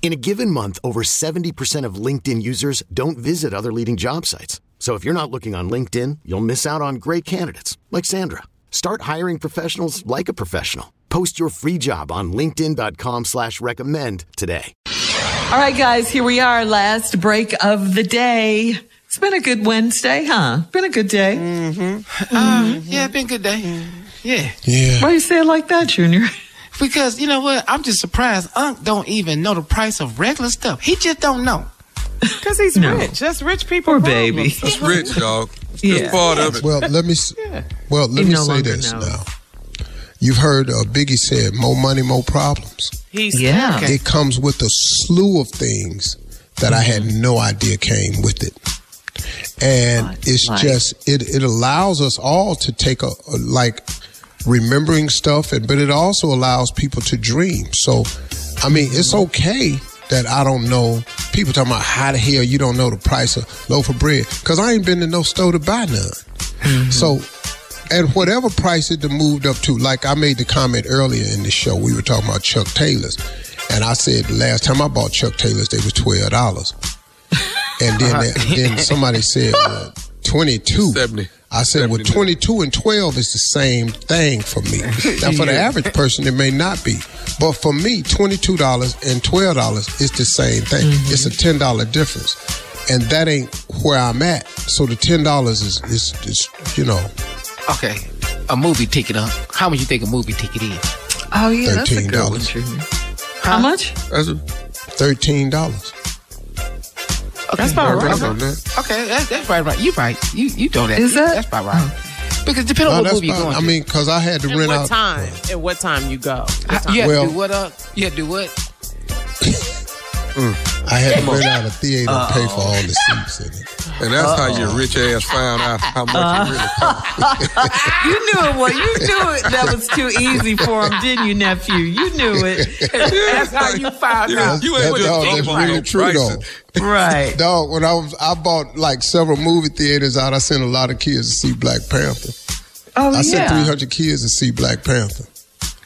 In a given month, over 70% of LinkedIn users don't visit other leading job sites. So if you're not looking on LinkedIn, you'll miss out on great candidates like Sandra. Start hiring professionals like a professional. Post your free job on linkedin.com slash recommend today. All right, guys, here we are. Last break of the day. It's been a good Wednesday, huh? Been a good day. Uh, yeah, it's been a good day. Mm-hmm. Yeah. Why you say it like that, Junior? Because you know what? I'm just surprised Unc don't even know the price of regular stuff. He just don't know. Because he's No. rich. That's rich people. Poor problems. baby. It's rich, dog. It's Yeah. part of it. Well, let me. s Well, let He me no say longer this knows. now. You've heard uh, Biggie said, "More money, more problems." He's Yeah. okay. It comes with a slew of things that I had no idea came with it, and it's Like- just it. It allows us all to take a, a like remembering stuff, and but it also allows people to dream. So, I mean, it's okay. That I don't know. People talking about how the hell you don't know the price of loaf of bread because I ain't been to no store to buy none. So, at whatever price it done moved up to, like I made the comment earlier in the show, we were talking about Chuck Taylors, and I said the last time I bought Chuck Taylors, they were twelve dollars, and then then somebody said well, twenty two. Seventy. I said, well, 22 and 12 is the same thing for me. Now, for the average person, it may not be. But for me, $22 and $12 is the same thing. It's a $10 difference. And that ain't where I'm at. So the $10 is, is, is you know, Okay. A movie ticket, Unc. How much you think a movie ticket is? Oh, yeah, that's a good one, $13. Junior. How much? That's a, $13. That's about I right. don't know that. Okay, that's, that's right, right. You right. You you know that. Is You- that- That's about right. Because depending Mm-hmm. No, on what that's movie you're fine. going I to. mean, because I had to And rent what out. time? And what time you go? What time? you have to Well- do what, Unc? You have to do what? I had to rent out a theater and pay for all the seats in it. And that's how your rich ass found out how much Uh-huh. it really cost. You knew it. Well, you knew it. That was too easy for him, didn't you, nephew? You knew it. That's how you found You, out. you That- ain't with dog, that's really true, though. Right. Dog, when I was, I bought like several movie theaters out. I sent a lot of kids to see Black Panther. Oh, I sent yeah. 300 kids to see Black Panther.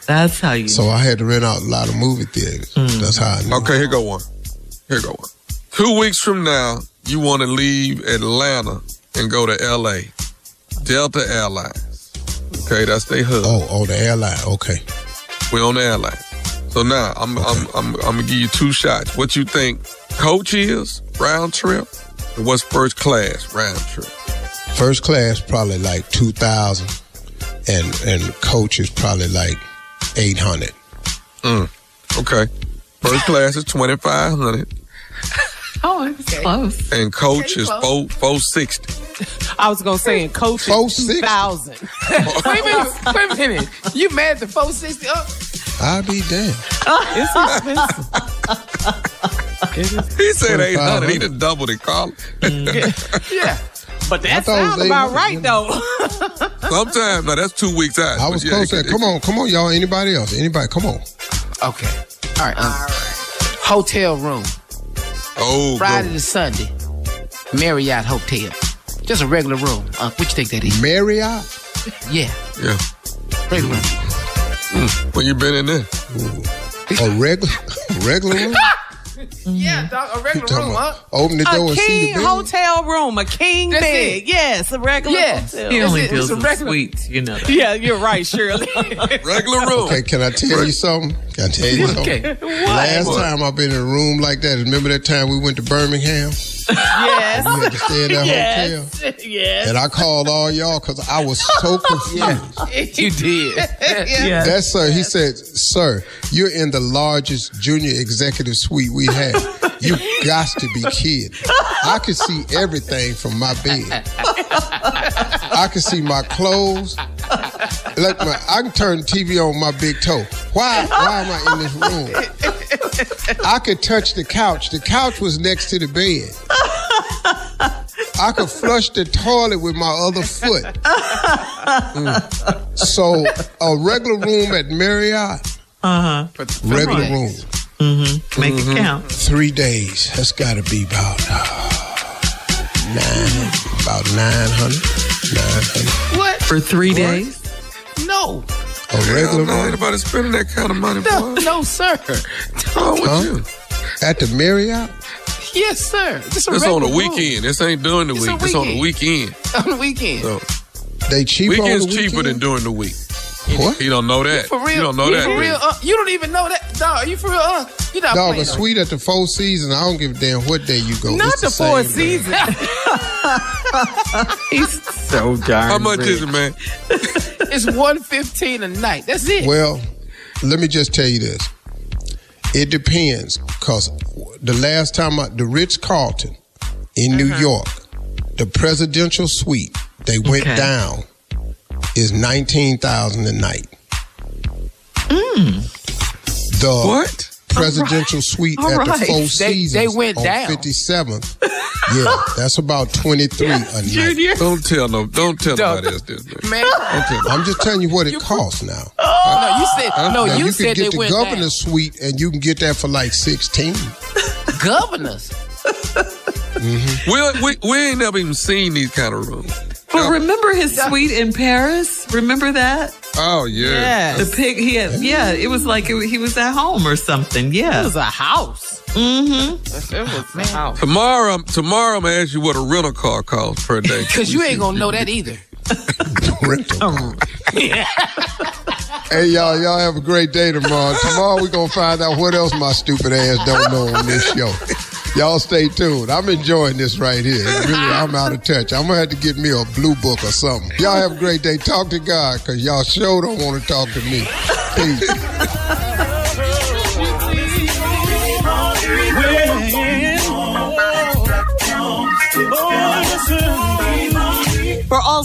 That's how you. So I had to rent out a lot of movie theaters. That's how I knew. Okay, here go one. Here go one. Two weeks from now, you want to leave Atlanta and go to L.A. Delta Airlines. Okay, that's they hub. Oh, oh, the airline. Okay. We're on the airline. So now I'm I'm I'm I'm gonna give you two shots. What you think coach is round trip, and what's first class round trip? First class probably like 2000 and and coach is probably like 800. Okay, first class is twenty five hundred, oh, it's close. and coach is four four sixty. I was gonna say in coaching Four two six. thousand. wait a minute. Wait a minute. You mad the 460 up? I'll be damned. It's expensive. He said eight hundred. He done doubled it, Carl. Mm. Yeah. But that thought it was sounds about 800, right you though. Sometimes now that's two weeks out. I but was yeah, close it to that. could- Come on, come on, y'all. Anybody else? Anybody? Come on. Okay. All right, Unc. Hotel room. Oh, Friday go. to Sunday. Marriott Hotel. Just a regular room. Unc, what you think that is? Marriott? Yeah. yeah. Regular room. When you been in there? A regular, regular room? Yeah, dog, a You regular talking room, about huh? open the door A and see king the building? hotel room, a king That's bed. it. Yes, a regular Yes. hotel. He only It's a- it's deals a with regular- sweets, you know. That. Yeah, you're right, Shirley. Regular room. Okay, can I tell you something? Can I tell you something? Okay. Last time I've been in a room like that, remember that time we went to Birmingham? Yes. We had to stay in that hotel. Yes. Yes. And I called all y'all because I was so confused. You did. Yes. That sir, he said, "Sir, you're in the largest junior executive suite we have. you got to be kidding! I could see everything from my bed. I could see my clothes. Look, my, I can turn the TV on my big toe. Why? Why am I in this room? I could touch the couch. The couch was next to the bed." I could flush the toilet with my other foot. Mm. So a regular room at Marriott, regular Right. room, Make it count. three days. That's got to be about uh, nine, about nine hundred, nine hundred. What? For three days. No. A Hell regular no, ain't room nobody spending that kind of money, No, boy. no, sir. Wrong with Huh? you? at the Marriott. Yes, sir. Just a It's on regular the room. weekend. This ain't during the It's a week. It's on the weekend. On the weekend. So, They cheap weekend's on the cheaper than weekend? during the week. what? He don't know that. For real. You don't know you that. For Rick. real. Uh, you don't even know that. Dog, are you for real? Uh, you not Dog, playing. a suite at the Four Seasons. I don't give a damn what day you go. Not It's the Four same thing. Seasons. He's So darn. How much is it, man? It's 115 a night. That's it. Well, let me just tell you this. It depends, cause the last time I, the Ritz Carlton in Uh-huh. New York, the presidential suite they went Okay. down is nineteen thousand a night. Mm. The What? presidential suite All at the right. Four They- Seasons they went on down. fifty seventh. yeah, that's about twenty three a night. Junior. Don't tell no. Don't tell Dog. nobody else this, man. Man, I'm just telling you what it costs now. no, you said no. Now, You, Uh-uh. you can said they get the went down. governor's suite and you can get that for like sixteen. Governors. We, we we ain't never even seen these kind of rooms. But remember his suite in Paris? Remember that? Oh yeah. The pig, he had, yeah, it was like it, he was at home or something. It Yeah. was a house. Mm-hmm. It was a house. Tomorrow, tomorrow, I'm gonna ask you what a rental car costs per day. Cause you ain't gonna know that either. rental car. hey y'all, y'all have a great day tomorrow. Tomorrow we're gonna find out what else my stupid ass don't know on this show. Y'all stay tuned. I'm enjoying this right here. It's Really, I'm out of touch. I'm gonna have to get me a blue book or something. Y'all have a great day. Talk to God, cause y'all sure don't want to talk to me. Peace. For all